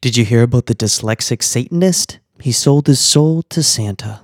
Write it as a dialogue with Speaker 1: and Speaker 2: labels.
Speaker 1: Did you hear about the dyslexic Satanist? He sold his soul to Santa.